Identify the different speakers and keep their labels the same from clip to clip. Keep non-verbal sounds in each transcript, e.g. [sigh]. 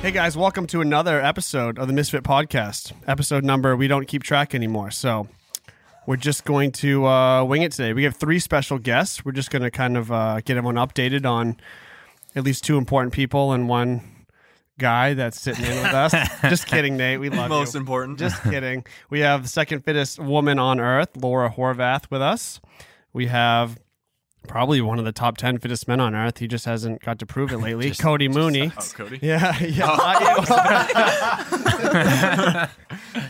Speaker 1: Hey guys, welcome to another episode of the Misfit Podcast. Episode number we don't keep track anymore, so we're just going to uh, wing it today. We have three special guests. We're just going to kind of uh, get everyone updated on at least two important people and one guy that's sitting in with
Speaker 2: [laughs]
Speaker 1: us. just kidding, Nate. We love
Speaker 2: Most
Speaker 1: you.
Speaker 2: important.
Speaker 1: Just kidding. We have the second fittest woman on earth, Laura Horvath, with us. We have probably one of the top 10 fittest men on earth. He just hasn't got to prove it
Speaker 2: [laughs]
Speaker 1: lately. Cody Mooney.
Speaker 2: [laughs] oh, Cody.
Speaker 1: Yeah, [laughs] yeah. I-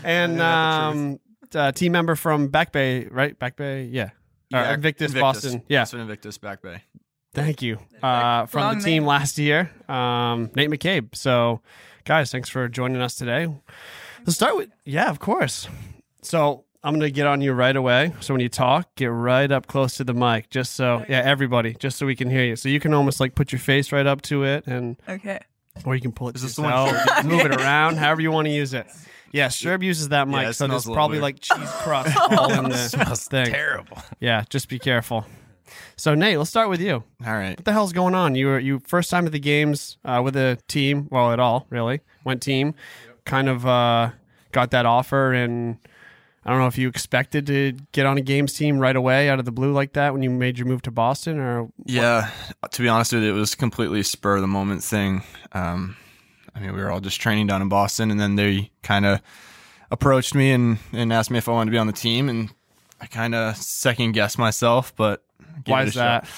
Speaker 1: and um, uh, team member from Back Bay, right? Back Bay, yeah. Or
Speaker 2: Yeah,
Speaker 1: Invictus, Boston, yeah.
Speaker 2: Boston Invictus Back Bay.
Speaker 1: Thank you uh, from
Speaker 3: Long
Speaker 1: the team
Speaker 3: name.
Speaker 1: last year, um, Nate McCabe. So, guys, thanks for joining us today. Let's start with yeah, of course. So I'm gonna get on you right away. So when you talk, get right up close to the mic, just so yeah, everybody, just so we can hear you. So you can almost like put your face right up to it and
Speaker 3: Okay.
Speaker 1: or you can pull it
Speaker 2: Is
Speaker 1: to
Speaker 2: this the one
Speaker 1: yourself, move it around, however you want to use it. Yeah, Sherb uses that mic,
Speaker 2: it
Speaker 1: so
Speaker 2: smells
Speaker 1: there's
Speaker 2: a little
Speaker 1: probably
Speaker 2: weird.
Speaker 1: like cheese crust all in the thing.
Speaker 2: Terrible.
Speaker 1: Yeah, just be careful. So Nate, let's start with you. What
Speaker 2: All right.
Speaker 1: the hell's going on? You were you first time at the games uh, with a team, well at all really. Went team, kind of uh, got that offer, and I don't know if you expected to get on a games team right away out of the blue like that when you made your move to Boston, or
Speaker 2: Yeah. To be honest with you, it was completely spur of the moment thing. Um, I mean, we were all just training down in Boston, and then they kind of approached me and, and asked me if I wanted to be on the team, and I kind of second guessed myself, but gave
Speaker 1: why
Speaker 2: it a
Speaker 1: is
Speaker 2: shot.
Speaker 1: that?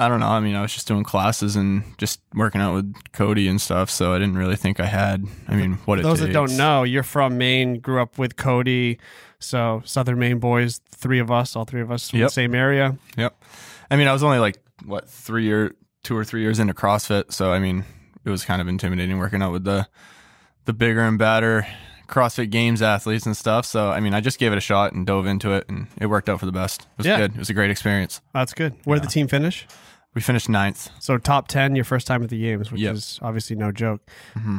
Speaker 2: I don't know. I mean, I was just doing classes and just working out with Cody and stuff, so I didn't really think I had. I mean, what it
Speaker 1: those that don't
Speaker 2: takes.
Speaker 1: know, you're from Maine, grew up with Cody, so Southern Maine boys, three of us, all three of us from
Speaker 2: Yep.
Speaker 1: the same area.
Speaker 2: Yep. I mean, I was only like what three or two or three years into CrossFit, so I mean, it was kind of intimidating working out with the the bigger and badder CrossFit Games athletes and stuff. So I mean, I just gave it a shot and dove into it, and it worked out for the best. It was
Speaker 1: Yeah.
Speaker 2: good. It was a great experience.
Speaker 1: That's good. Where did the team finish?
Speaker 2: We finished ninth.
Speaker 1: So top ten, your first time at the games, which
Speaker 2: Yep. Mm-hmm.
Speaker 1: is obviously no joke.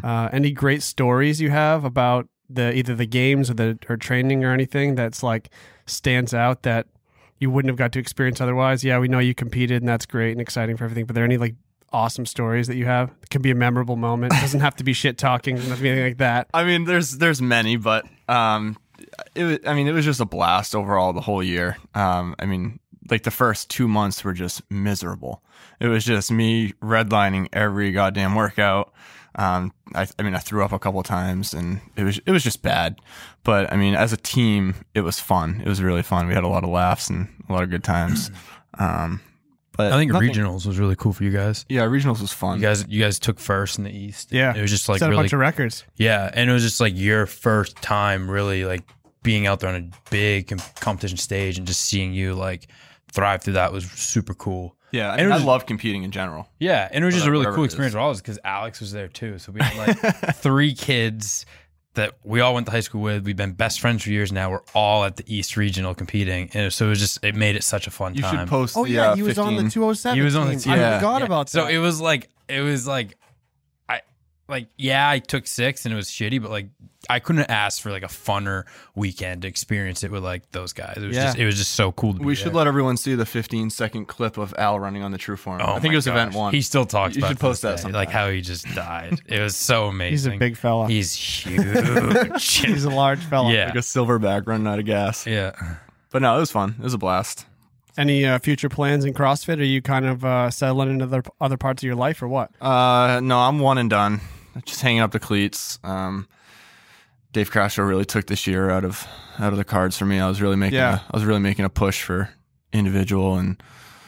Speaker 1: Uh, any great stories you have about the either the games or the or training or anything that's like stands out that you wouldn't have got to experience otherwise? Yeah, we know you competed and that's great and exciting for everything, but are there any like awesome stories that you have? It can be a memorable moment. It doesn't have to be shit talking, doesn't have to be anything like that.
Speaker 2: I mean, there's there's many, but um, it was, I mean, it was just a blast overall the whole year. Um, I mean, like the first two months were just miserable. It was just me redlining every goddamn workout. Um, I, I mean, I threw up a couple times, and it was it was just bad. But I mean, as a team, it was fun. It was really fun. We had a lot of laughs and a lot of good [clears throat] times. Um, but
Speaker 4: I think
Speaker 2: nothing-
Speaker 4: regionals was really cool for you guys.
Speaker 2: yeah, regionals was fun.
Speaker 4: You guys, you guys took first in the East.
Speaker 1: Yeah.
Speaker 4: it was just like
Speaker 1: Set a
Speaker 4: really,
Speaker 1: bunch of records.
Speaker 4: yeah, and it was just like your first time really like being out there on a big com- competition stage and just seeing you like thrive through that was super cool.
Speaker 2: yeah, I,
Speaker 4: And it
Speaker 2: mean, I
Speaker 4: was-
Speaker 2: love competing in general.
Speaker 4: Yeah, and it was just a
Speaker 2: Whatever-
Speaker 4: really
Speaker 2: whatever
Speaker 4: cool
Speaker 2: it
Speaker 4: experience
Speaker 2: is.
Speaker 4: for all of us because Alex was there too. So we had
Speaker 1: [laughs]
Speaker 4: like three kids that we all went to high school with. We've been best friends for years now. We're all at the East Regional competing, and so it was just it made it such a fun
Speaker 2: You
Speaker 4: time.
Speaker 2: should post. the, uh, 15
Speaker 1: two oh seven.
Speaker 4: He was on the team.
Speaker 2: I forgot
Speaker 4: Yeah. so it was like it was like I like yeah, I took six and it was shitty, but like I couldn't ask for like a funner weekend to experience it with like those guys. It was
Speaker 1: Yeah.
Speaker 4: just it was just so cool to be
Speaker 2: We should
Speaker 4: there.
Speaker 2: let everyone see the 15 second clip of Al running on the true form. I
Speaker 4: Oh
Speaker 2: think
Speaker 4: my
Speaker 2: it was event
Speaker 4: gosh.
Speaker 2: one.
Speaker 4: He still talks
Speaker 2: You
Speaker 4: about
Speaker 2: should
Speaker 4: it to
Speaker 2: post
Speaker 4: this
Speaker 2: that
Speaker 4: day,
Speaker 2: sometime.
Speaker 4: like how he just died. It was so
Speaker 1: [laughs]
Speaker 4: amazing.
Speaker 1: He's a big fella. He's,
Speaker 4: He's
Speaker 2: [laughs]
Speaker 4: huge.
Speaker 1: a large fella.
Speaker 4: yeah.
Speaker 2: like a silverback running out of gas.
Speaker 4: yeah.
Speaker 2: But no, it was fun. It was a blast.
Speaker 1: Any uh, future plans in CrossFit? Are you kind of uh, settling into other other parts of your life, or what?
Speaker 2: Uh, no, I'm one and done. Just hanging up the cleats. Um, Dave Crasher really took this year out of out of the cards for me. I was really making
Speaker 1: Yeah.
Speaker 2: a, I was really making a push for individual and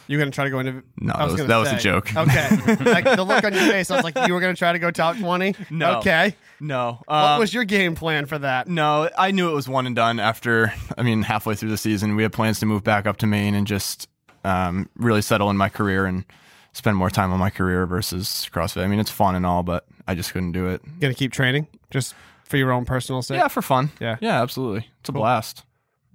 Speaker 1: You're gonna try to go into?
Speaker 2: no,
Speaker 1: I
Speaker 2: that was,
Speaker 1: gonna
Speaker 2: that was
Speaker 1: say. Uh,
Speaker 2: a joke.
Speaker 1: [laughs] Okay, like, the look on your face. I was like, you were gonna try to go top twenty.
Speaker 2: No.
Speaker 1: Okay.
Speaker 2: No,
Speaker 1: What
Speaker 2: um,
Speaker 1: was your game plan for that?
Speaker 2: No, I knew it was one and done after, I mean, halfway through the season. We had plans to move back up to Maine and just um, really settle in my career and spend more time on my career versus CrossFit. I mean, it's fun and all, but I just couldn't do it.
Speaker 1: Gonna keep training just for your own personal sake.
Speaker 2: Yeah, for fun.
Speaker 1: Yeah.
Speaker 2: Yeah, absolutely. It's a blast.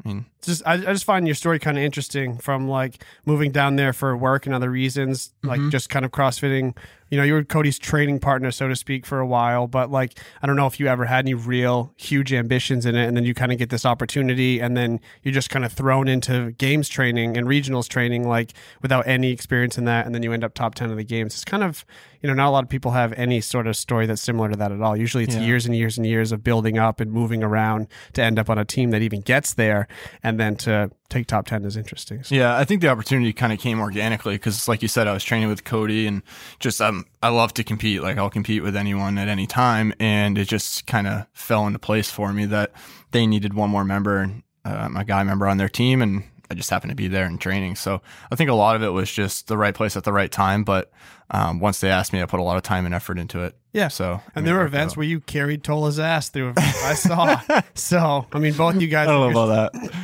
Speaker 2: I mean,
Speaker 1: just I, I just find your story kind of interesting from like moving down there for work and other reasons, like just kind of crossfitting. You know, you were Cody's training partner, so to speak, for a while, but like I don't know if you ever had any real huge ambitions in it, and then you kind of get this opportunity, and then you're just kind of thrown into games training and regionals training, like without any experience in that, and then you end up top ten of the games. It's kind of you know not a lot of people have any sort of story that's similar to that at all. Usually, it's
Speaker 2: Yeah.
Speaker 1: years and years and years of building up and moving around to end up on a team that even gets there, and then to take top ten is interesting. So,
Speaker 2: Yeah, I think the opportunity kind of came organically because, like you said, I was training with Cody and just um, I love to compete. Like I'll compete with anyone at any time, and it just kind of fell into place for me that they needed one more member, and um, a guy member on their team, and I just happened to be there in training. So I think a lot of it was just the right place at the right time. But um, once they asked me, I put a lot of time and effort into it.
Speaker 1: Yeah.
Speaker 2: So I mean,
Speaker 1: And there
Speaker 2: it
Speaker 1: were
Speaker 2: worked
Speaker 1: events
Speaker 2: out.
Speaker 1: where you carried Tola's ass through. I [laughs] saw. so I mean, both you guys.
Speaker 2: I don't know
Speaker 1: [laughs]
Speaker 2: about that.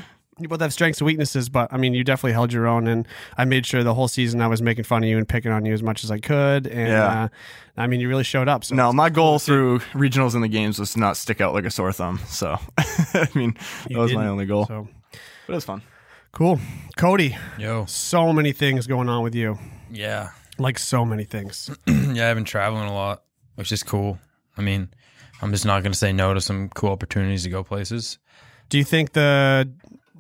Speaker 1: you both have strengths and weaknesses, but I mean, you definitely held your own. And I made sure the whole season I was making fun of you and picking on you as much as I could. And
Speaker 2: Yeah.
Speaker 1: uh, I mean, you really showed up. So
Speaker 2: No, my goal through regionals and the games was to not stick out like a sore thumb. So, [laughs] I mean, that was my
Speaker 1: didn't,
Speaker 2: only goal.
Speaker 1: so
Speaker 2: But it was fun.
Speaker 1: cool, Cody.
Speaker 4: Yo,
Speaker 1: So many things going on with you,
Speaker 4: yeah, [clears throat]
Speaker 1: like so many things.
Speaker 4: yeah. I've been traveling a lot, which is cool. I mean, I'm just not going to say no to some cool opportunities to go places.
Speaker 1: Do you think the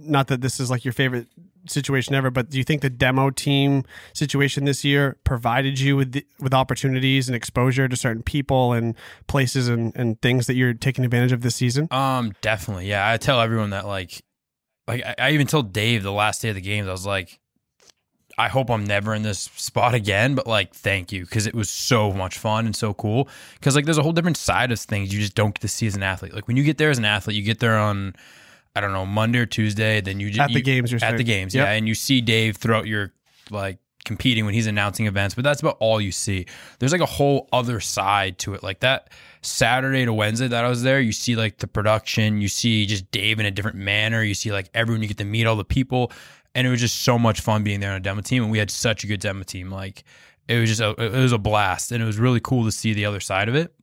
Speaker 1: not that this is like your favorite situation ever, but do you think the demo team situation this year provided you with the, with opportunities and exposure to certain people and places and, and things that you're taking advantage of this season?
Speaker 4: Um, definitely. Yeah, I tell everyone that. Like, like I, I even told Dave the last day of the games. I was like, I hope I'm never in this spot again. But like, thank you because it was so much fun and so cool. Because like, there's a whole different side of things you just don't get to see as an athlete. Like when you get there as an athlete, you get there on. I don't know Monday or Tuesday. Then you just
Speaker 1: At the games, you're
Speaker 4: at
Speaker 1: saying.
Speaker 4: the games,
Speaker 1: Yep.
Speaker 4: yeah. And you see Dave throughout your like competing when he's announcing events, but that's about all you see. There's like a whole other side to it. Like that Saturday to Wednesday that I was there, you see like the production, you see just Dave in a different manner, you see like everyone, you get to meet all the people. And it was just so much fun being there on a demo team. And we had such a good demo team. Like it was just a, it was a blast. And it was really cool to see the other side of it.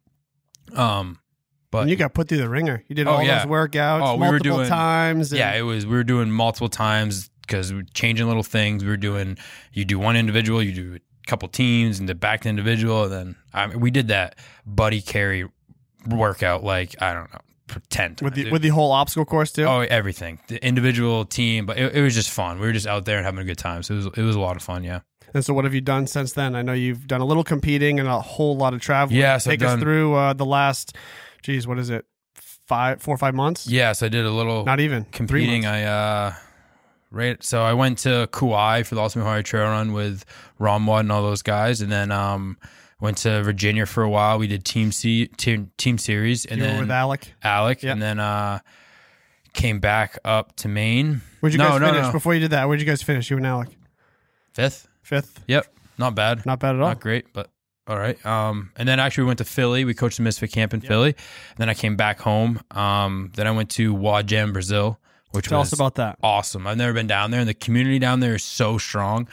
Speaker 4: Um, but
Speaker 1: And you got put through the ringer. You did
Speaker 4: Oh,
Speaker 1: all
Speaker 4: yeah.
Speaker 1: those workouts
Speaker 4: Oh, we were
Speaker 1: multiple
Speaker 4: doing-
Speaker 1: times. and-
Speaker 4: Yeah, it was. We were doing multiple times because we were changing little things. We were doing. You do one individual, you do a couple teams, and then back to individual. And then I mean, we did that buddy carry workout. Like I don't know, for ten times.
Speaker 1: with the
Speaker 4: It-
Speaker 1: with the whole obstacle course too.
Speaker 4: oh everything, the individual team, but it, it was just fun. We were just out there and having a good time. So it was it was a lot of fun. Yeah.
Speaker 1: And so, what have you done since then? I know you've done a little competing and a whole lot of traveling.
Speaker 4: Yeah, so
Speaker 1: take
Speaker 4: I've
Speaker 1: us
Speaker 4: done-
Speaker 1: through uh, the last, geez, what is it, five, four or five months?
Speaker 4: Yeah. So I did a little.
Speaker 1: Not even Three
Speaker 4: Oh, competing.
Speaker 1: months.
Speaker 4: I uh right so I went to Kauai for the Ultimate Hawaii Trail Run with Ramwad and all those guys and then um went to Virginia for a while. We did team C team, team series uh, and
Speaker 1: you
Speaker 4: then
Speaker 1: were with Alec.
Speaker 4: Alec
Speaker 1: Yeah.
Speaker 4: and then uh came back up to Maine.
Speaker 1: Where'd you
Speaker 4: no,
Speaker 1: guys
Speaker 4: no,
Speaker 1: finish
Speaker 4: no.
Speaker 1: before you did that? Where'd you guys finish? You and Alec,
Speaker 4: Fifth?
Speaker 1: fifth.
Speaker 4: Yep. Not bad.
Speaker 1: Not bad at all.
Speaker 4: Not great, but all right. Um, and then actually we went to Philly. We coached the Misfit Camp in Philly. And then I came back home. Um, then I went to Wajam, Brazil, which
Speaker 1: Tell
Speaker 4: was
Speaker 1: us about that.
Speaker 4: awesome. I've never been down there, and the community down there is so strong.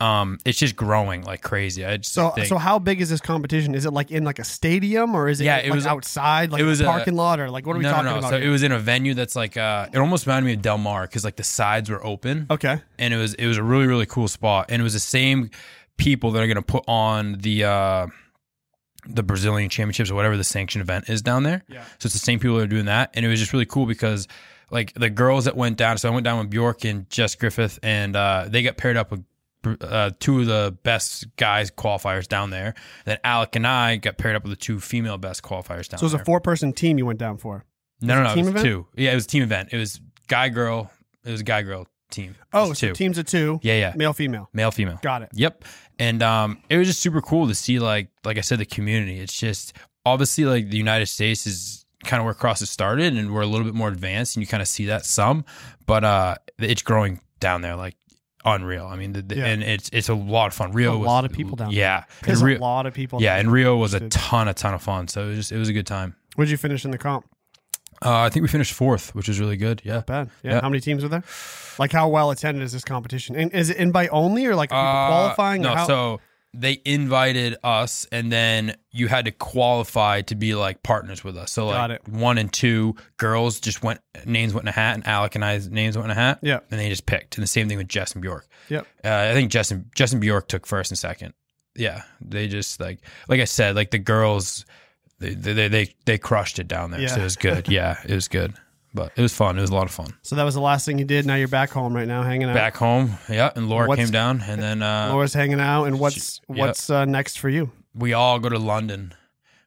Speaker 4: Um, it's just growing like crazy. I just
Speaker 1: So,
Speaker 4: think
Speaker 1: so how big is this competition? Is it like in like a stadium, or is it
Speaker 4: Yeah,
Speaker 1: like
Speaker 4: it was-
Speaker 1: outside, like
Speaker 4: it was
Speaker 1: a
Speaker 4: a-
Speaker 1: parking lot, or like what are we
Speaker 4: no,
Speaker 1: talking
Speaker 4: no, no.
Speaker 1: about?
Speaker 4: So
Speaker 1: here?
Speaker 4: it was in a venue that's like uh, it almost reminded me of Del Mar because like the sides were open,
Speaker 1: okay,
Speaker 4: and it was it was a really really cool spot, and it was the same people that are going to put on the uh, the Brazilian championships or whatever the sanction event is down there.
Speaker 1: Yeah.
Speaker 4: So it's the same people that are doing that, and it was just really cool because like the girls that went down. So I went down with Bjork and Jess Griffith, and uh, they got paired up with. Uh, two of the best guys qualifiers down there. Then Alec and I got paired up with the two female best qualifiers down
Speaker 1: so it was
Speaker 4: there.
Speaker 1: a four-person team you went down for.
Speaker 4: no, no, no,
Speaker 1: was it a
Speaker 4: it was
Speaker 1: team
Speaker 4: two. Yeah, it was a team event. It was guy girl. It was a guy girl team. It
Speaker 1: Oh,
Speaker 4: was
Speaker 1: so
Speaker 4: two.
Speaker 1: teams of two,
Speaker 4: yeah, yeah,
Speaker 1: male, female.
Speaker 4: male, female.
Speaker 1: Got it.
Speaker 4: Yep. And um, it was just super cool to see like like I said, the community. It's just obviously like the United States is kind of where CrossFit started and we're a little bit more advanced and you kind of see that some, but uh it's growing down there like unreal. I mean the, the-
Speaker 1: Yeah.
Speaker 4: and it's it's a lot of fun. Rio
Speaker 1: A
Speaker 4: was-
Speaker 1: lot of people down
Speaker 4: Yeah. And
Speaker 1: There's
Speaker 4: Rio-
Speaker 1: a lot of people.
Speaker 4: yeah, and Rio was a
Speaker 1: Dude.
Speaker 4: ton a ton of fun. So it was just it was a good time.
Speaker 1: Where'd you finish in the comp?
Speaker 4: Uh, I think we finished fourth, which is really good. Yeah.
Speaker 1: Bad. Yeah.
Speaker 4: Yeah.
Speaker 1: How many teams are there? Like, how well attended is this competition? And is it invite only or like are people
Speaker 4: Uh,
Speaker 1: qualifying? or
Speaker 4: No,
Speaker 1: how-
Speaker 4: so they invited us and then you had to qualify to be like partners with us. So like
Speaker 1: Got it.
Speaker 4: one and two girls just went names went in a hat and Alec and I's names went in a hat.
Speaker 1: Yeah.
Speaker 4: And they just picked. And the same thing with Jess and Bjork.
Speaker 1: Yep.
Speaker 4: Uh, I think Justin Justin Bjork took first and second. Yeah. They just like like I said, like the girls they they they, they crushed it down there. So
Speaker 1: Yeah.
Speaker 4: it was good. yeah, it was good. But it was fun. It was a lot of fun.
Speaker 1: So that was the last thing you did. Now you're back home right now, hanging out.
Speaker 4: Back home. Yeah. And Laura
Speaker 1: What's-
Speaker 4: came down and then uh
Speaker 1: Laura's hanging out, and what's
Speaker 4: yeah.
Speaker 1: what's uh, next for you?
Speaker 4: we all go to London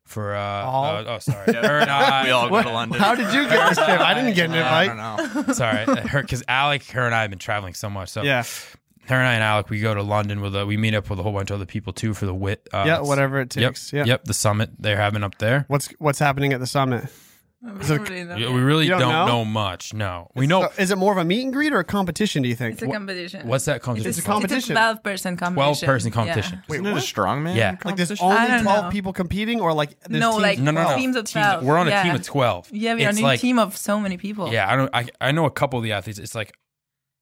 Speaker 4: for uh
Speaker 1: All?
Speaker 4: oh,
Speaker 2: [laughs]
Speaker 4: oh, sorry. Her and I-
Speaker 2: we all go to London.
Speaker 1: How did you
Speaker 4: [laughs]
Speaker 1: get this trip? I didn't get an
Speaker 2: I
Speaker 1: invite.
Speaker 2: don't [laughs] know.
Speaker 4: sorry. Her cuz Alec her and I have been traveling so much. So
Speaker 1: Yeah,
Speaker 4: her and I and Alec we go to London with a, we meet up with a whole bunch of other people too for the wit uh,
Speaker 1: yeah, whatever it
Speaker 4: Yep.
Speaker 1: takes. Yeah.
Speaker 4: Yep, the summit they're having up there.
Speaker 1: What's what's happening at the summit?
Speaker 3: It's
Speaker 1: So-
Speaker 4: Yeah, we really
Speaker 1: You
Speaker 4: don't,
Speaker 1: don't
Speaker 4: know?
Speaker 1: know?
Speaker 4: much. No, we know
Speaker 1: So is it more of a meet and greet or a competition? Do you think?
Speaker 3: it's a competition.
Speaker 4: what's that competition.
Speaker 1: It's a
Speaker 4: called?
Speaker 3: It's a
Speaker 1: competition.
Speaker 3: 12 person competition.
Speaker 4: 12 person competition.
Speaker 3: Yeah.
Speaker 1: Wait,
Speaker 2: Isn't it a
Speaker 1: what?
Speaker 2: strongman?
Speaker 4: Yeah.
Speaker 1: Like there's
Speaker 2: competition?
Speaker 3: I
Speaker 1: only
Speaker 3: don't
Speaker 1: twelve
Speaker 3: know.
Speaker 1: people competing, or like there's
Speaker 3: No,
Speaker 1: teams-
Speaker 3: like
Speaker 4: No, no, no.
Speaker 3: teams of
Speaker 4: Teams-
Speaker 3: 12.
Speaker 4: We're on a
Speaker 3: yeah.
Speaker 4: team of twelve.
Speaker 3: Yeah, we are on
Speaker 4: It's
Speaker 3: a
Speaker 4: like-
Speaker 3: team of so many people.
Speaker 4: Yeah, I don't. I I know a couple of the athletes. It's like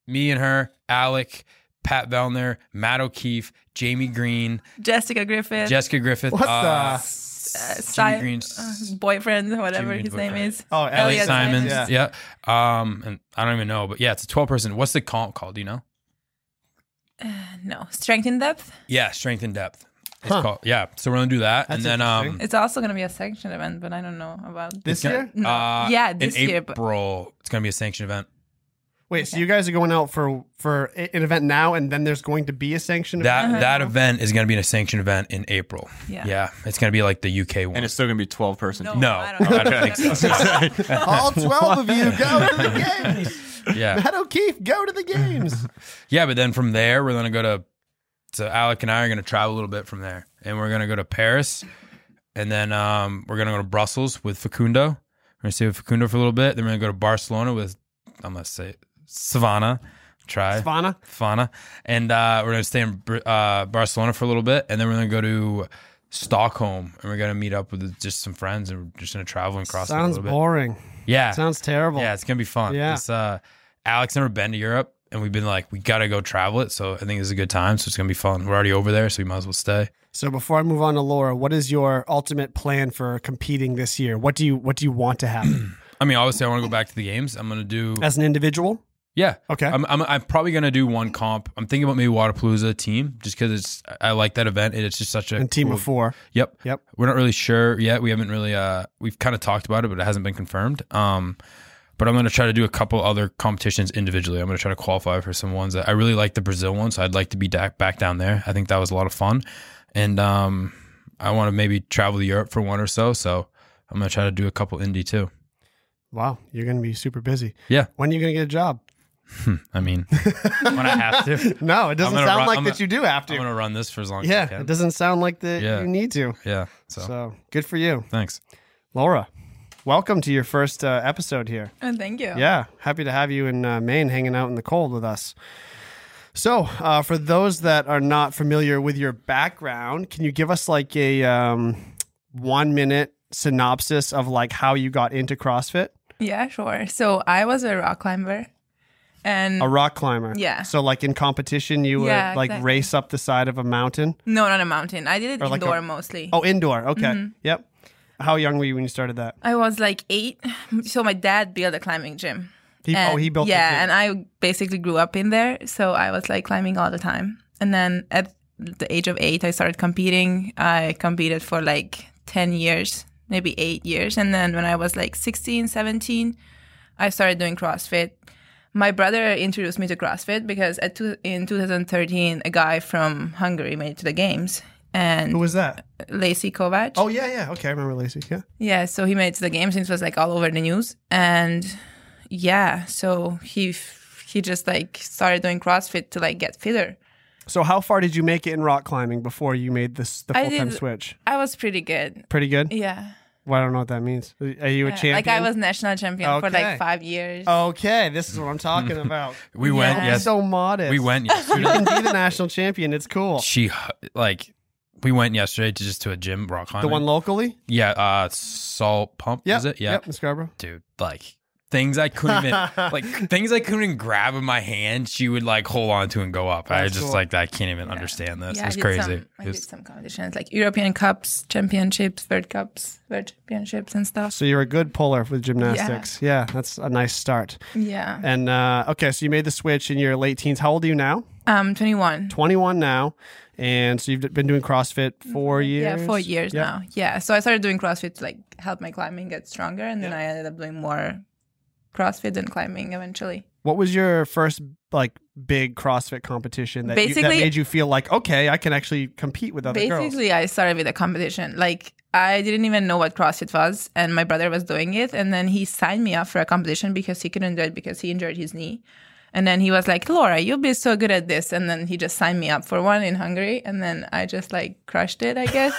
Speaker 4: me and her, Alec, Pat Vellner, Matt O'Keefe, Jamie Green,
Speaker 3: Jessica Griffith,
Speaker 4: Jessica Griffith.
Speaker 1: What
Speaker 4: uh,
Speaker 1: the-
Speaker 3: uh,
Speaker 4: Jimmy
Speaker 3: si-
Speaker 4: Green's-
Speaker 3: uh, boyfriend, whatever
Speaker 4: Green's
Speaker 3: his name
Speaker 4: boyfriend.
Speaker 3: is.
Speaker 1: oh,
Speaker 4: Ellie
Speaker 3: Elliot
Speaker 4: Simons.
Speaker 1: Simons.
Speaker 4: Yeah. Um, and I don't even know, but yeah, it's a twelve person. What's the comp called? Do you know?
Speaker 3: No, strength in depth.
Speaker 4: Yeah, strength and depth. It's
Speaker 1: Huh.
Speaker 4: called. Yeah, so we're gonna do that,
Speaker 1: That's
Speaker 4: and then um,
Speaker 1: interesting.
Speaker 3: It's also going to be a section event, but I don't know about
Speaker 1: This
Speaker 4: it's
Speaker 1: year?
Speaker 4: gonna- Uh,
Speaker 3: Mm. yeah,
Speaker 4: in
Speaker 3: this year, but
Speaker 4: April, it's gonna be a sanctioned event.
Speaker 1: Wait, so you guys are going out for for a- an event now, and then there's going to be a sanction.
Speaker 4: That [laughs]
Speaker 1: event?
Speaker 4: that event is going to be a sanctioned event in April.
Speaker 3: Uh-huh. Yeah.
Speaker 4: it's going to be like the UK one.
Speaker 2: And it's still gonna be twelve person.
Speaker 3: [laughs] No.
Speaker 4: no,
Speaker 3: I don't know.
Speaker 4: [laughs] I don't think so.
Speaker 1: [laughs]
Speaker 4: [laughs]
Speaker 1: all twelve of you go to the games. [laughs]
Speaker 4: yeah,
Speaker 1: Matt O'Keefe, go to the
Speaker 4: [laughs]
Speaker 1: games.
Speaker 4: yeah. But then from there, we're going to go to. So Alec and I are going to travel a little bit from there, and we're going to go to Paris, and then um, we're going to go to Brussels with Facundo. We're going to stay with Facundo for a little bit. Then we're going to go to Barcelona with I'm going to say Savannah. Try
Speaker 1: Svana,
Speaker 4: Fana. And uh, we're going to stay in Br- uh, Barcelona for a little bit. And then we're going to go to Stockholm and we're going to meet up with just some friends and we're just going to travel and cross it a
Speaker 1: sounds
Speaker 4: little bit.
Speaker 1: boring.
Speaker 4: Yeah.
Speaker 1: Sounds terrible.
Speaker 4: yeah, it's going to be fun.
Speaker 1: Yeah.
Speaker 4: It's, uh, Alex never been to Europe and we've been like, we got to go travel it. So I think this is a good time. So it's going to be fun. We're already over there. So we might as well stay.
Speaker 1: So before I move on to Laura, what is your ultimate plan for competing this year? What do you what do you want to
Speaker 4: [clears throat]
Speaker 1: happen
Speaker 4: I mean, obviously, I want to go back to the games. I'm going to do,
Speaker 1: as an individual?
Speaker 4: yeah.
Speaker 1: Okay.
Speaker 4: I'm, I'm, I'm probably going to do one comp. I'm thinking about maybe Waterpalooza team just because it's, I like that event. and It's just such a
Speaker 1: and team
Speaker 4: cool-
Speaker 1: of four.
Speaker 4: Yep.
Speaker 1: Yep.
Speaker 4: We're not really sure yet. We haven't really uh we've kind of talked about it, but it hasn't been confirmed. Um but I'm going to try to do a couple other competitions individually. I'm going to try to qualify for some ones that I really like the Brazil one, so I'd like to be da- back down there. I think that was a lot of fun. And um I want to maybe travel to Europe for one or so, so I'm going to try to do a couple indie too.
Speaker 1: Wow, you're going to be super busy.
Speaker 4: Yeah.
Speaker 1: When are you going to get a job? [laughs]
Speaker 4: I mean, when I have to. I'm
Speaker 1: No, it doesn't
Speaker 4: gonna
Speaker 1: sound
Speaker 4: run-
Speaker 1: like
Speaker 4: I'm
Speaker 1: that
Speaker 4: gonna-
Speaker 1: you do have to.
Speaker 4: going to run this for as long as I
Speaker 1: yeah,
Speaker 4: can.
Speaker 1: it doesn't sound like that
Speaker 4: Yeah.
Speaker 1: you need to.
Speaker 4: Yeah. So,
Speaker 1: So. good for you,
Speaker 4: thanks.
Speaker 1: Laura. Welcome to your first uh, episode here.
Speaker 3: [laughs] Oh, thank you.
Speaker 1: Yeah, happy to have you in uh, Maine hanging out in the cold with us. So, uh, for those that are not familiar with your background, can you give us like a um, one minute synopsis of like how you got into CrossFit?
Speaker 3: Yeah, sure. So I was a rock climber, and
Speaker 1: A rock climber.
Speaker 3: Yeah.
Speaker 1: So, like in competition, you
Speaker 3: Yeah, Mm-hmm.
Speaker 1: would like
Speaker 3: exactly.
Speaker 1: race up the side of a mountain.
Speaker 3: no, not a mountain. I did it
Speaker 1: Or like
Speaker 3: indoor
Speaker 1: a-
Speaker 3: mostly.
Speaker 1: Oh, indoor. Okay.
Speaker 3: Mm-hmm.
Speaker 1: Yep. How young were you when you started that?
Speaker 3: I was like eight. So my dad built a climbing gym.
Speaker 1: He, oh,
Speaker 3: And-
Speaker 1: he built.
Speaker 3: Yeah,
Speaker 1: the gym.
Speaker 3: and I basically grew up in there, so I was like climbing all the time. And then at the age of eight, I started competing. I competed for like 10 years, maybe eight years. And then when I was like 16, 17, I started doing CrossFit. My brother introduced me to CrossFit because at two, in 2013, a guy from Hungary made it to the games. And
Speaker 1: Who was that?
Speaker 3: Lacey Kovac.
Speaker 1: Oh yeah, yeah. Okay, I remember Lacey. Yeah.
Speaker 3: Yeah, so he made it to the games and it was like all over the news. And yeah, so he he just like started doing CrossFit to like get fitter.
Speaker 1: So how far did you make it in rock climbing before you made this the
Speaker 3: I
Speaker 1: full time
Speaker 3: did-
Speaker 1: switch?
Speaker 3: I was pretty good.
Speaker 1: Pretty good.
Speaker 3: Yeah. Uh,
Speaker 1: Well, I don't know what that means. Are you a champion?
Speaker 3: Like I was national champion for
Speaker 1: Okay. Oh,
Speaker 3: like five years.
Speaker 1: Okay, this is what I'm [laughs] talking about.
Speaker 4: We went
Speaker 3: Yeah.
Speaker 4: [laughs] yes.
Speaker 1: So modest.
Speaker 4: We
Speaker 1: [laughs]
Speaker 4: went yes.
Speaker 1: You can be the national champion. It's cool.
Speaker 4: she like we went yesterday to just to a gym rock climbing.
Speaker 1: The one locally.
Speaker 4: yeah, uh, salt pump.
Speaker 1: Yeah.
Speaker 4: Is it? Yeah,
Speaker 1: Yep. In Scarborough.
Speaker 4: dude. Like things I
Speaker 1: [laughs]
Speaker 4: couldn't even like things I couldn't even grab in my hand. She would like hold on to and go up. I
Speaker 1: That's
Speaker 4: just
Speaker 1: cool.
Speaker 4: like I can't even understand this.
Speaker 3: Yeah, I
Speaker 4: it's
Speaker 3: did
Speaker 4: crazy.
Speaker 3: Some, I
Speaker 4: It was-
Speaker 3: did some competitions like European Cups, Championships, World Cups, World Championships, and stuff.
Speaker 1: So you're a good puller with gymnastics. Yeah, that's a nice start.
Speaker 3: Yeah.
Speaker 1: And uh, okay, so you made the switch in your late teens. How old are you now?
Speaker 3: Um, 21.
Speaker 1: 21 now. And so you've been doing CrossFit four years?
Speaker 3: Yeah, four years
Speaker 1: Yeah.
Speaker 3: now. Yeah. So I started doing CrossFit to like help my climbing get stronger, and then I ended up doing more CrossFit than climbing eventually.
Speaker 1: What was your first like big CrossFit competition that, you, that
Speaker 3: Basically-
Speaker 1: made you feel like, okay, I can actually compete with other girls?
Speaker 3: Basically, I started with a competition. Like I didn't even know what CrossFit was, and my brother was doing it, and then he signed me up for a competition because he couldn't do it because he injured his knee. And then he was like, "Laura, you'll be so good at this." And then he just signed me up for one in Hungary, and then I just like crushed it, I guess.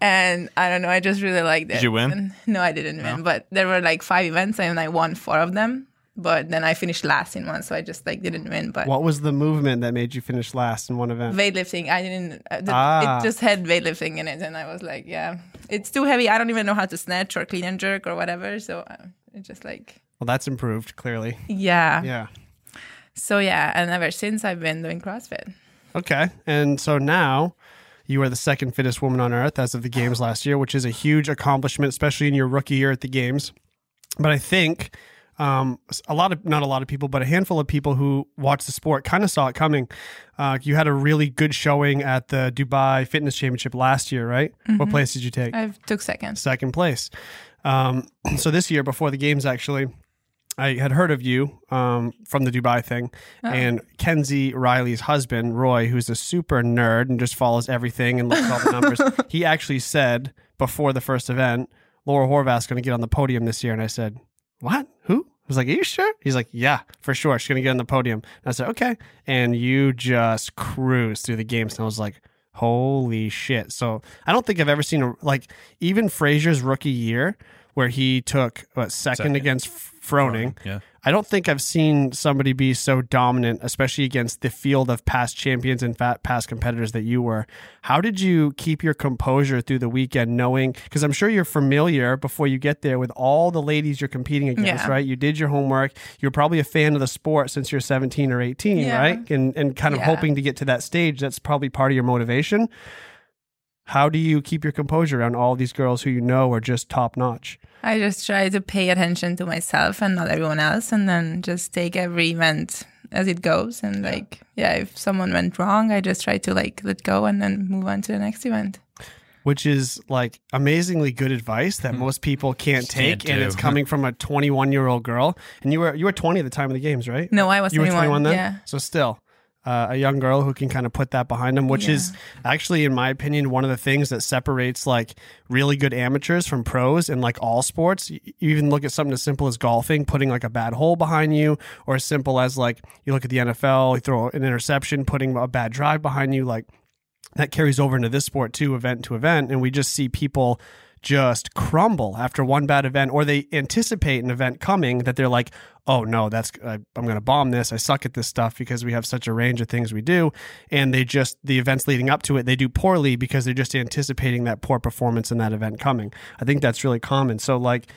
Speaker 3: and I don't know, I just really liked it.
Speaker 2: Did you win?
Speaker 3: And- no, I didn't win, but there were like five events, and I won four of them. But then I finished last in one, so I just like didn't win. But
Speaker 1: What was the movement that made you finish last in one event?
Speaker 3: weightlifting. I didn't. Uh, th-
Speaker 1: Ah.
Speaker 3: It just had weightlifting in it, and I was like, yeah, it's too heavy. I don't even know how to snatch or clean and jerk or whatever. So uh, it's just like,
Speaker 1: well, that's improved, clearly.
Speaker 3: yeah.
Speaker 1: Yeah.
Speaker 3: So yeah, and ever since I've been doing CrossFit.
Speaker 1: Okay. And so now you are the second fittest woman on earth as of the games last year, which is a huge accomplishment, especially in your rookie year at the games. But I think um, a lot of, not a lot of people, but a handful of people who watch the sport kind of saw it coming. Uh, you had a really good showing at the Dubai Fitness Championship last year, right? What place did you take?
Speaker 3: I took seconds.
Speaker 1: second place. Um, [clears throat] so this year, before the games, actually, I had heard of you um, from the Dubai thing, and Kenzie Riley's husband, Roy, who's a super nerd and just follows everything and looks at all the numbers. he actually said before the first event, Laura Horvath's going to get on the podium this year, and I said, "What? Who?" I was like, "Are you sure?" He's like, "Yeah, for sure. She's going to get on the podium." And I said, "Okay," and you just cruised through the games, and I was like. Holy shit. So I don't think I've ever seen a, like even Frazier's rookie year where he took what, second,
Speaker 4: Second.
Speaker 1: against F- Froning.
Speaker 4: Yeah.
Speaker 1: I don't think I've seen somebody be so dominant, especially against the field of past champions and fat past competitors that you were. How did you keep your composure through the weekend, knowing? Because I'm sure you're familiar before you get there with all the ladies you're competing against,
Speaker 3: Yeah.
Speaker 1: right? You did your homework. You're probably a fan of the sport since you're 17 or 18,
Speaker 3: Yeah.
Speaker 1: right? And and kind of
Speaker 3: Yeah.
Speaker 1: hoping to get to that stage. That's probably part of your motivation. How do you keep your composure around all these girls who you know are just top notch?
Speaker 3: I just try to pay attention to myself and not everyone else, and then just take every event as it goes. And like, yeah, if someone went wrong, I just try to like let go and then move on to the next event.
Speaker 1: which is like amazingly good advice that most people can't take,
Speaker 4: Hmm. Can't
Speaker 1: and
Speaker 4: do. [laughs]
Speaker 1: it's coming from a 21 year old girl. And you were you were 20 at the time of the games, right?
Speaker 3: No, I was
Speaker 1: you were
Speaker 3: 21.
Speaker 1: 21 then.
Speaker 3: Mm, Yeah.
Speaker 1: So still. Uh, a young girl who can kind of put that behind them, which is actually, in my opinion, one of the things that separates like really good amateurs from pros in like all sports. You you even look at something as simple as golfing, putting like a bad hole behind you, or as simple as like you look at the NFL, you throw an interception, putting a bad drive behind you. Like that carries over into this sport too, event to event. And we just see people just crumble after one bad event, or they anticipate an event coming that they're like, oh no, that's, I, I'm going to bomb this. I suck at this stuff because we have such a range of things we do. And they just, the events leading up to it, they do poorly because they're just anticipating that poor performance in that event coming. I think that's really common. So, like,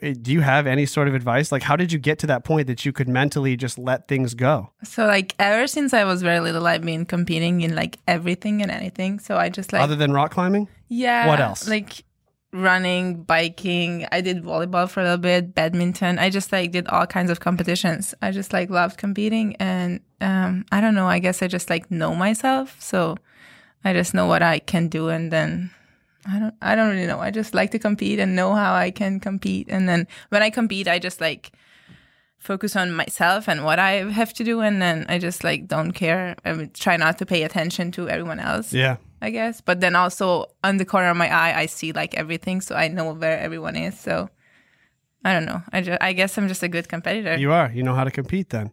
Speaker 1: eh, do you have any sort of advice? Like, how did you get to that point that you could mentally just let things go?
Speaker 3: So like ever since I was very little, I've been competing in like everything and anything. So I just like
Speaker 1: Other than rock climbing?
Speaker 3: yeah.
Speaker 1: what else?
Speaker 3: Like running, biking. I did volleyball for a little bit, badminton. I just like did all kinds of competitions. I just like loved competing, and um, I don't know. I guess I just like know myself, so I just know what I can do, and then. I don't. I don't really know. I just like to compete and know how I can compete. And then when I compete, I just like focus on myself and what I have to do, and then I just like don't care. I would try not to pay attention to everyone else.
Speaker 1: Yeah.
Speaker 3: I guess. But then also on the corner of my eye, I see like everything, so I know where everyone is. So I don't know. I ju- I guess I'm just a good competitor.
Speaker 1: You are. You know how to compete then.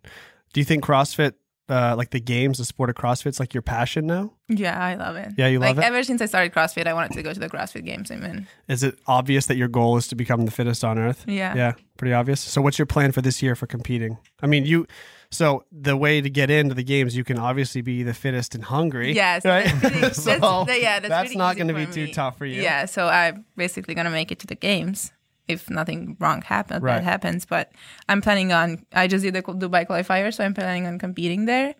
Speaker 1: Do you think CrossFit, uh, like the games, the sport of CrossFit's like your passion now?
Speaker 3: yeah, I love it.
Speaker 1: Yeah, you love
Speaker 3: like,
Speaker 1: it?
Speaker 3: Ever since I started CrossFit, I wanted to go to the CrossFit Games
Speaker 1: [laughs]
Speaker 3: and win.
Speaker 1: Is it obvious that your goal is to become the fittest on earth?
Speaker 3: Yeah.
Speaker 1: Yeah, pretty obvious. So what's your plan for this year for competing? I mean, you so the way to get into the games, you can obviously be the fittest and hungry.
Speaker 3: Yes.
Speaker 1: Right? [laughs]
Speaker 3: That's,
Speaker 1: So
Speaker 3: that's- yeah, that's,
Speaker 1: that's
Speaker 3: really
Speaker 1: not
Speaker 3: easy
Speaker 1: gonna be
Speaker 3: for
Speaker 1: too
Speaker 3: me.
Speaker 1: tough for you.
Speaker 3: Yeah, so I'm basically going to make it to the Games. if nothing wrong happens
Speaker 1: Right.
Speaker 3: that happens but i'm planning on i just did the dubai qualifier so i'm planning on competing there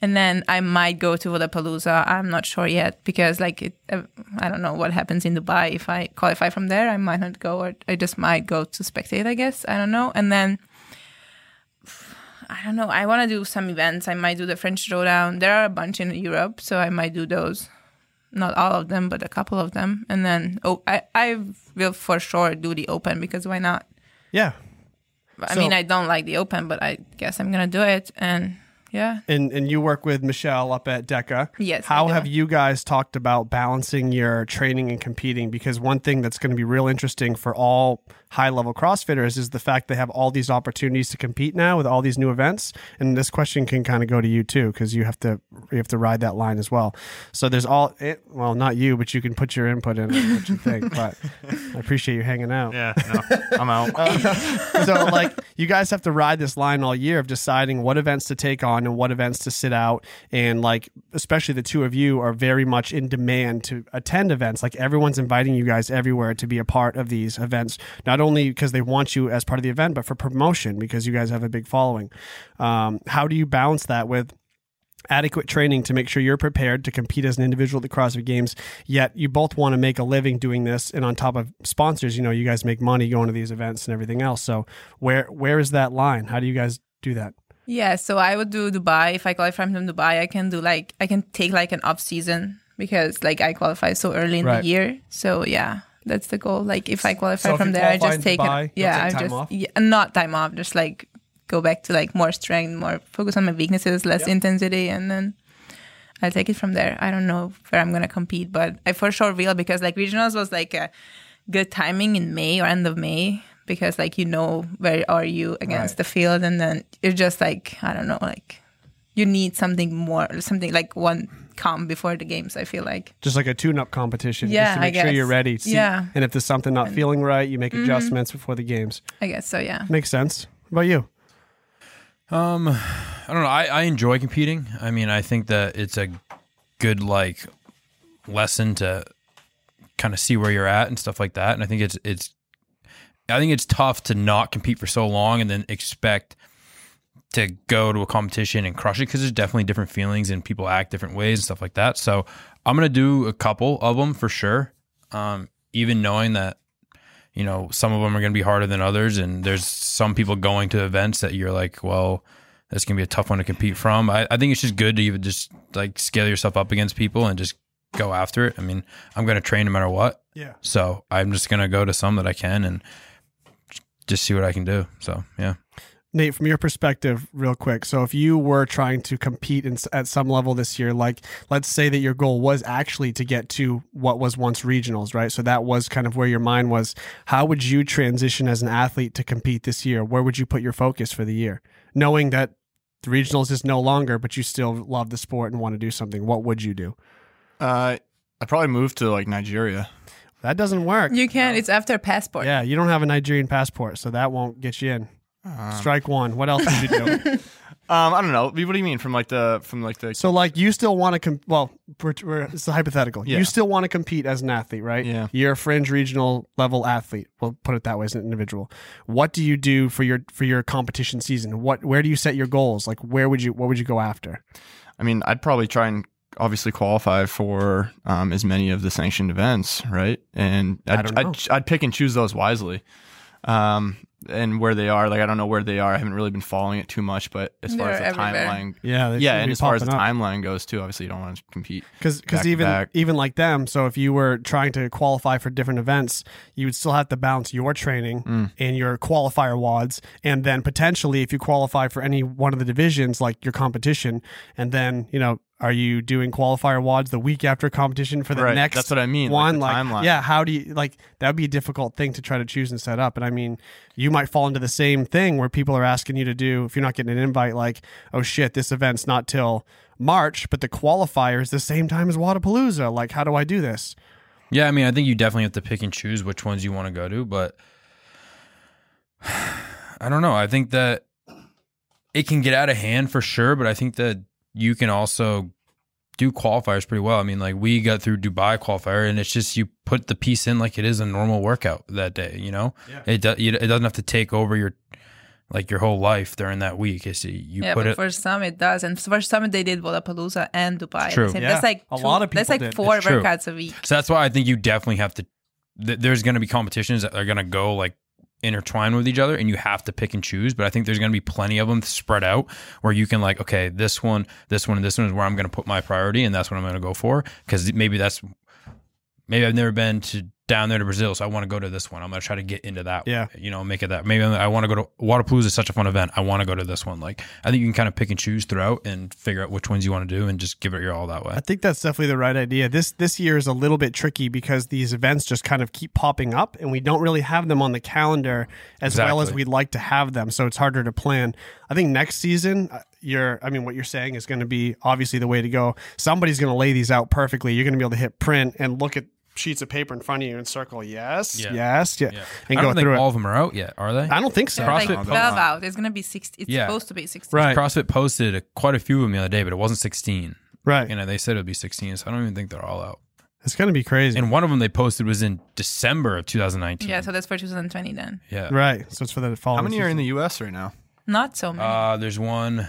Speaker 3: and then i might go to Vodapalooza. i'm not sure yet because like it, uh, i don't know what happens in dubai if i qualify from there i might not go or i just might go to spectate i guess i don't know and then I don't know. I want to do some events. I might do the French Showdown. There are a bunch in Europe, so I might do those. Not all of them, but a couple of them. And then oh, I, I will for sure do the Open because why not?
Speaker 1: Yeah.
Speaker 3: I
Speaker 1: So-
Speaker 3: mean, I don't like the Open, but I guess I'm gonna do it. And yeah,
Speaker 1: And and you work with Michelle up at DECA.
Speaker 3: Yes,
Speaker 1: How
Speaker 3: I do.
Speaker 1: have you guys talked about balancing your training and competing? Because one thing that's going to be real interesting for all high level CrossFitters is the fact they have all these opportunities to compete now with all these new events. And this question can kind of go to you too, because you have to you have to ride that line as well. So there's all it, well, not you, but you can put your input in what you think.
Speaker 3: [laughs]
Speaker 1: But I appreciate you hanging out
Speaker 2: Yeah, no, [laughs] I'm out.
Speaker 1: so like you guys have to ride this line all year of deciding what events to take on and what events to sit out and like especially the two of you are very much in demand to attend events like everyone's inviting you guys everywhere to be a part of these events not only because they want you as part of the event but for promotion because you guys have a big following um, how do you balance that with adequate training to make sure you're prepared to compete as an individual at the CrossFit Games. Yet you both want to make a living doing this, and on top of sponsors, you know, you guys make money going to these events and everything else. So where where is that line? How do you guys do that?
Speaker 3: yeah. So I would do Dubai if I qualify from Dubai. I can do like I can take like an off season because like I qualify so early in
Speaker 1: Right.
Speaker 3: the year. So yeah. That's the goal. Like if I qualify
Speaker 1: So if
Speaker 3: from
Speaker 1: you
Speaker 3: there, I
Speaker 1: qualify
Speaker 3: just
Speaker 1: in
Speaker 3: take an-
Speaker 1: Dubai, you'll
Speaker 3: yeah,
Speaker 1: take
Speaker 3: I
Speaker 1: time
Speaker 3: just
Speaker 1: off?
Speaker 3: yeah, not time off, just like go back to like more strength, more focus on my weaknesses, less intensity, and then I'll take it from there. I don't know where I'm gonna compete, but I for sure will because like regionals was like a good timing in May or end of May because like you know where are you against the field, and then you're just like I don't know like you need something more, something like one calm before the games. I feel like
Speaker 1: Just like a tune-up competition, just
Speaker 3: Yeah,
Speaker 1: to
Speaker 3: I
Speaker 1: make sure
Speaker 3: guess.
Speaker 1: you're ready. See-
Speaker 3: Yeah. Mm-hmm.
Speaker 1: And if there's something not feeling right, you make adjustments before the games.
Speaker 3: I guess so. Yeah.
Speaker 1: Makes sense. What about you?
Speaker 4: Um, I don't know. I, I enjoy competing. I mean, I think that it's a good like lesson to kind of see where you're at and stuff like that. And I think it's it's I think it's tough to not compete for so long and then expect to go to a competition and crush it because there's definitely different feelings and people act different ways and stuff like that. So I'm gonna do a couple of them for sure. Um, even knowing that you know some of them are gonna be harder than others, and there's some people going to events that you're like, well, that's gonna be a tough one to compete from. I, I think it's just good to even just like scale yourself up against people and just go after it. I mean, I'm gonna train no matter what.
Speaker 1: Yeah.
Speaker 4: So I'm just gonna go to some that I can and just see what I can do. So yeah.
Speaker 1: Nate, from your perspective, real quick. So, if you were trying to compete in, at some level this year, like let's say that your goal was actually to get to what was once regionals, right? So that was kind of where your mind was. How would you transition as an athlete to compete this year? Where would you put your focus for the year, knowing that the regionals is no longer, but you still love the sport and want to do something? What would you do?
Speaker 2: Uh, I probably moved to like Nigeria.
Speaker 1: That doesn't work.
Speaker 3: You can. It's after passport.
Speaker 1: yeah, you don't have a Nigerian passport, so that won't get you in. Strike one. What else would you do?
Speaker 2: Um, I don't know. What do you mean from like the from like the?
Speaker 1: So, like, you still want to com Well, we're, we're, it's a hypothetical.
Speaker 2: Yeah.
Speaker 1: You still want to compete as an athlete, right?
Speaker 2: Yeah.
Speaker 1: You're a fringe regional level athlete. We'll put it that way as an individual. What do you do for your for your competition season? What where do you set your goals? Like, where would you what would you go after?
Speaker 2: I mean, I'd probably try and obviously qualify for um, as many of the sanctioned events, right? And I'd,
Speaker 1: don't know.
Speaker 2: I'd, I'd pick and choose those wisely. Um, and where they are, like I don't know where they are. I haven't really been following it too much, but as far
Speaker 3: They're
Speaker 2: as the
Speaker 3: everywhere.
Speaker 2: timeline,
Speaker 1: Yeah,
Speaker 2: yeah, and as far as the timeline goes too, obviously you don't want to compete.
Speaker 1: because
Speaker 2: back
Speaker 1: because
Speaker 2: to
Speaker 1: even
Speaker 2: back.
Speaker 1: even like them. So if you were trying to qualify for different events, you would still have to balance your training
Speaker 2: Mm.
Speaker 1: and your qualifier wads, and then potentially if you qualify for any one of the divisions, like your competition, and then you know. Are you doing qualifier wads the week after competition for the
Speaker 2: Right,
Speaker 1: next?
Speaker 2: that's what I mean, like
Speaker 1: One
Speaker 2: the
Speaker 1: like,
Speaker 2: timeline.
Speaker 1: yeah, how do you like that would be a difficult thing to try to choose and set up. And I mean, you might fall into the same thing where people are asking you to do if you're not getting an invite, like, oh shit, this event's not till March, but the qualifier is the same time as Wadapalooza. Like, how do I do this?
Speaker 4: Yeah, I mean, I think you definitely have to pick and choose which ones you want to go to, but [sighs] I don't know. I think that it can get out of hand for sure, but I think that you can also do qualifiers pretty well. I mean, like we got through Dubai qualifier, and it's just you put the piece in like it is a normal workout that day. You know, it do, it doesn't have to take over your like your whole life during that week. It's you
Speaker 3: Yeah,
Speaker 4: put
Speaker 3: but
Speaker 4: it.
Speaker 3: for some it does, and for some they did Wodapalooza and Dubai. at the
Speaker 4: True.
Speaker 3: same-
Speaker 1: Yeah,
Speaker 3: That's like
Speaker 1: a lot of
Speaker 3: That's
Speaker 1: people
Speaker 3: like
Speaker 1: did.
Speaker 3: four
Speaker 4: It's true.
Speaker 3: workouts a week.
Speaker 4: So that's why I think you definitely have to. Th- there's going to be competitions that are going to go like intertwined with each other, and you have to pick and choose. But I think there's going to be plenty of them spread out where you can like, okay, this one, this one, and this one is where I'm going to put my priority, and that's what I'm going to go for because maybe that's maybe I've never been to down there to Brazil, so I want to go to this one. I'm going to try to get into that.
Speaker 1: Yeah.
Speaker 4: you know, make it that. Maybe I want to go to Waterpalooza is such a fun event. I want to go to this one. Like, I think you can kind of pick and choose throughout and figure out which ones you want to do, and just give it your all that way.
Speaker 1: I think that's definitely the right idea. This this year is a little bit tricky because these events just kind of keep popping up, and we don't really have them on the calendar as well as
Speaker 4: Exactly.
Speaker 1: we'd like to have them. So it's harder to plan. I think next season, uh, you're. I mean, what you're saying is going to be obviously the way to go. Somebody's going to lay these out perfectly. You're going to be able to hit print and look at sheets of paper in front of you and circle yes,
Speaker 4: Yeah.
Speaker 1: yes, yeah, and
Speaker 4: I
Speaker 1: go
Speaker 4: don't think
Speaker 1: through it.
Speaker 4: all of them are out yet, are they?
Speaker 1: I don't think so.
Speaker 3: They're like
Speaker 4: CrossFit
Speaker 3: twelve
Speaker 4: Post-
Speaker 3: out. It's gonna be sixty. It's
Speaker 4: Yeah.
Speaker 3: supposed to be sixty.
Speaker 1: Right,
Speaker 4: CrossFit posted a, quite a few of them the other day, but it wasn't 16.
Speaker 1: right.
Speaker 4: You know, they said it would be 16, so I don't even think they're all out.
Speaker 1: it's going to be crazy.
Speaker 4: And one of them they posted was in December of 2019.
Speaker 3: Yeah, so that's for 2020 then.
Speaker 4: yeah.
Speaker 1: right. So it's for the following.
Speaker 2: How many
Speaker 1: season.
Speaker 2: are in the U.S. right now?
Speaker 3: Not so many.
Speaker 4: Uh, there's one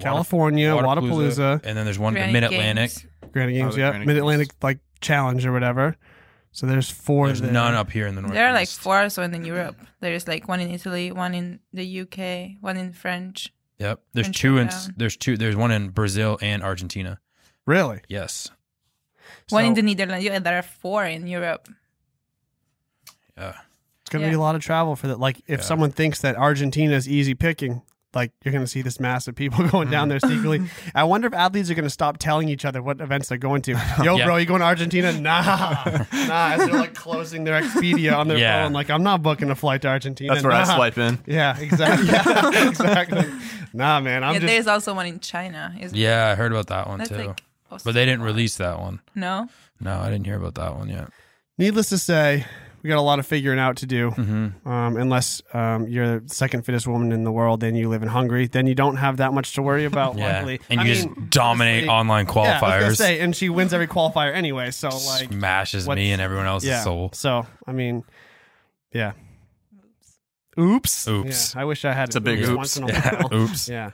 Speaker 1: California, Wadapalooza,
Speaker 4: and then there's one
Speaker 3: Granny
Speaker 4: Mid Atlantic.
Speaker 3: Games.
Speaker 1: Granny Games,
Speaker 2: the
Speaker 1: yeah.
Speaker 2: Granny
Speaker 1: Mid Atlantic like challenge or whatever. So there's four
Speaker 4: There's
Speaker 1: there.
Speaker 4: none up here in the north.
Speaker 3: There are like four or so in Europe. There's like one in Italy, one in the UK, one in French.
Speaker 4: Yep. There's
Speaker 3: and
Speaker 4: two in
Speaker 3: shut down.
Speaker 4: there's two there's one in Brazil and Argentina.
Speaker 1: Really?
Speaker 4: Yes.
Speaker 3: One
Speaker 1: So
Speaker 3: in the Netherlands. Yeah, there are four in Europe.
Speaker 4: Yeah.
Speaker 1: it's gonna be a
Speaker 3: yeah.
Speaker 1: lot of travel for that. Like if
Speaker 4: Yeah.
Speaker 1: someone thinks that Argentina is easy picking, like you're gonna see this mass of people [laughs] going
Speaker 4: Mm-hmm.
Speaker 1: down there secretly. I wonder if athletes are gonna stop telling each other what events they're going to.
Speaker 4: [laughs]
Speaker 1: Yo,
Speaker 4: Yeah.
Speaker 1: bro, you going to
Speaker 4: [laughs]
Speaker 1: Argentina? Nah. nah. As they're like closing their Expedia on their
Speaker 4: Yeah.
Speaker 1: phone, like I'm not booking a flight to Argentina.
Speaker 2: That's where I
Speaker 1: nah."
Speaker 2: swipe in.
Speaker 1: Yeah, exactly. [laughs]
Speaker 4: [laughs]
Speaker 1: Yeah, exactly. Nah, man. I'm
Speaker 3: Yeah,
Speaker 1: just
Speaker 3: there's also one in China. Is
Speaker 4: Yeah, I heard about that one
Speaker 3: that's
Speaker 4: too.
Speaker 3: like.
Speaker 4: but they didn't release that one.
Speaker 3: No.
Speaker 4: No, I didn't hear about that one yet.
Speaker 1: Needless to say, we got a lot of figuring out to do.
Speaker 4: Mm-hmm.
Speaker 1: Um, unless um, you're the second fittest woman in the world and you live in Hungary, then you don't have that much to
Speaker 4: [laughs]
Speaker 1: worry about.
Speaker 4: Yeah.
Speaker 1: Luckily,
Speaker 4: And
Speaker 1: I
Speaker 4: you
Speaker 1: mean,
Speaker 4: just
Speaker 1: honestly,
Speaker 4: dominate online
Speaker 1: yeah, I was gonna
Speaker 4: qualifiers.
Speaker 1: say, and she wins every qualifier anyway. So like,
Speaker 4: smashes
Speaker 1: what's-
Speaker 4: me and everyone else's
Speaker 1: yeah.
Speaker 4: soul.
Speaker 1: So I mean, yeah. Oops.
Speaker 4: Oops.
Speaker 1: Yeah, I wish I had.
Speaker 2: It's a big
Speaker 1: Once
Speaker 2: oops.
Speaker 1: in a
Speaker 4: Yeah.
Speaker 1: while.
Speaker 4: [laughs]
Speaker 1: [laughs]
Speaker 4: Oops.
Speaker 1: yeah.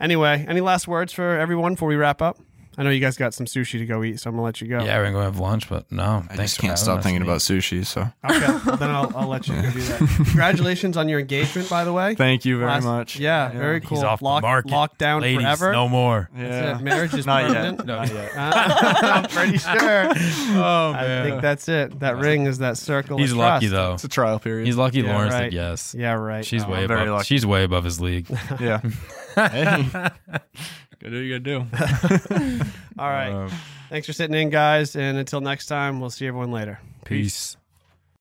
Speaker 1: Anyway, any last words for everyone before we wrap up? I know you guys got some sushi to go eat, so I'm gonna let you go.
Speaker 4: Yeah, we're gonna go have lunch, but no.
Speaker 2: I
Speaker 4: thanks
Speaker 2: just
Speaker 4: for
Speaker 2: can't
Speaker 4: having
Speaker 2: stop
Speaker 4: us,
Speaker 2: thinking
Speaker 4: Nate.
Speaker 2: about sushi. So
Speaker 1: Okay. Well, then
Speaker 4: [laughs]
Speaker 1: I'll, I'll let you go do that. Congratulations on your engagement, by the way.
Speaker 2: [laughs] thank you very
Speaker 1: Last-
Speaker 2: much.
Speaker 1: Yeah, very
Speaker 4: He's
Speaker 1: cool.
Speaker 4: off the
Speaker 1: Lock,
Speaker 4: market.
Speaker 1: locked down
Speaker 4: Ladies,
Speaker 1: forever.
Speaker 4: no more.
Speaker 1: [laughs] That's
Speaker 2: Yeah. [laughs]
Speaker 1: it. Marriage is
Speaker 2: Not
Speaker 1: permanent.
Speaker 2: yet. Not yet.
Speaker 1: [laughs]
Speaker 4: [laughs]
Speaker 1: Uh, I'm pretty [laughs] sure.
Speaker 2: Oh
Speaker 1: I think that's it. That ring is that circle.
Speaker 4: He's
Speaker 1: of
Speaker 4: lucky
Speaker 1: trust.
Speaker 4: though.
Speaker 2: it's a trial period.
Speaker 4: He's lucky
Speaker 1: Yeah,
Speaker 4: Lawrence
Speaker 1: right.
Speaker 4: said yes.
Speaker 1: Yeah, right.
Speaker 4: She's way
Speaker 2: I'm very
Speaker 4: above.
Speaker 2: lucky.
Speaker 4: She's way above
Speaker 1: [laughs]
Speaker 4: his league.
Speaker 2: yeah. [laughs] hey, gotta do, what you gotta do.
Speaker 1: All right.
Speaker 4: Um,
Speaker 2: Uh,
Speaker 1: Thanks for sitting in, guys. And until next time, we'll see everyone later.
Speaker 4: peace.